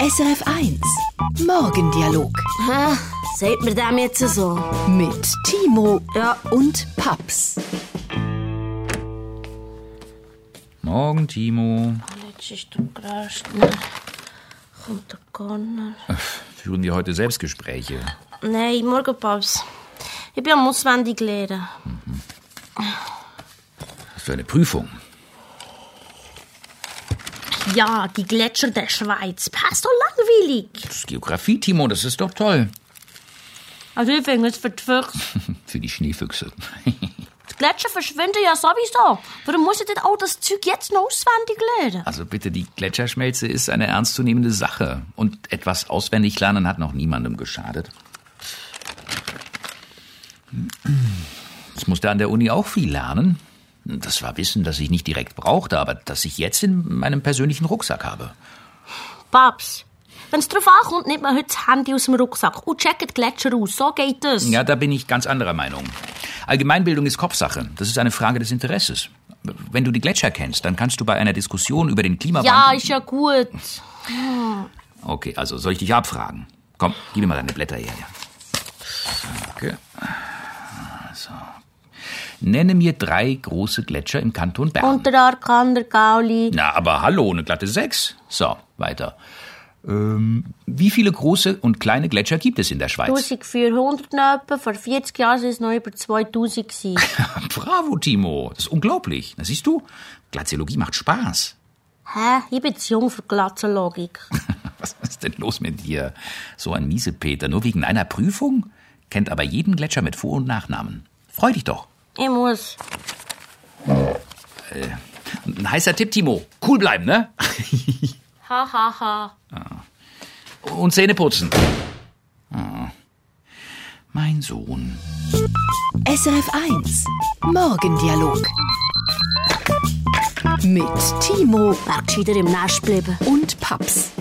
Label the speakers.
Speaker 1: SRF 1 Morgendialog
Speaker 2: Ah, sagt mir dem jetzt so?
Speaker 1: mit Timo
Speaker 2: Ja.
Speaker 1: und Paps.
Speaker 3: Morgen, Timo.
Speaker 2: Jetzt ist der Gerastner. Kommt der Connor.
Speaker 3: Führen wir heute Selbstgespräche?
Speaker 2: Nein, morgen Paps. Ich bin am auswendig lernen.
Speaker 3: Was für eine Prüfung.
Speaker 2: Ja, die Gletscher der Schweiz. Passt doch langweilig.
Speaker 3: Das ist Geografie, Timo, das ist doch toll.
Speaker 2: Also ich finde es für die Füchse.
Speaker 3: Für die Schneefüchse.
Speaker 2: Die Gletscher verschwinden ja sowieso. Warum muss ich denn all das Zeug jetzt noch auswendig lernen?
Speaker 3: Also bitte, die Gletscherschmelze ist eine ernstzunehmende Sache. Und etwas auswendig lernen hat noch niemandem geschadet. Ich musste an der Uni auch viel lernen. Das war Wissen, das ich nicht direkt brauchte, aber das ich jetzt in meinem persönlichen Rucksack habe.
Speaker 2: Paps, wenn es drauf ankommt, nimmt man heute das Handy aus dem Rucksack und checkt die Gletscher aus. So geht das.
Speaker 3: Ja, da bin ich ganz anderer Meinung. Allgemeinbildung ist Kopfsache. Das ist eine Frage des Interesses. Wenn du die Gletscher kennst, dann kannst du bei einer Diskussion über den
Speaker 2: ja,
Speaker 3: Klimawandel.
Speaker 2: ist ja gut.
Speaker 3: Okay, also soll ich dich abfragen? Komm, gib mir mal deine Blätter her. Ja. Danke. So. Nenne mir drei große Gletscher im Kanton Bern.
Speaker 2: Und der Arkan, der Gauli.
Speaker 3: Na, aber hallo, eine glatte sechs. So, weiter. Ähm, wie viele große und kleine Gletscher gibt es in der Schweiz?
Speaker 2: 1400 etwa, vor 40 Jahren waren es noch über 2000. gewesen.
Speaker 3: Bravo, Timo. Das ist unglaublich. Na, siehst du, Glaziologie macht Spaß.
Speaker 2: Hä? Ich bin zu jung für glatte Logik.
Speaker 3: Was ist denn los mit dir? So ein Miesepeter, nur wegen einer Prüfung? Kennt aber jeden Gletscher mit Vor- und Nachnamen. Freu dich doch.
Speaker 2: Ich muss.
Speaker 3: Ein heißer Tipp, Timo. Cool bleiben, ne?
Speaker 2: Ha, ha, ha.
Speaker 3: Und Zähne putzen. Ah. Mein Sohn.
Speaker 1: SRF 1 Morgendialog mit Timo
Speaker 2: Wär gescheiter im Nest bleiben.
Speaker 1: und Paps.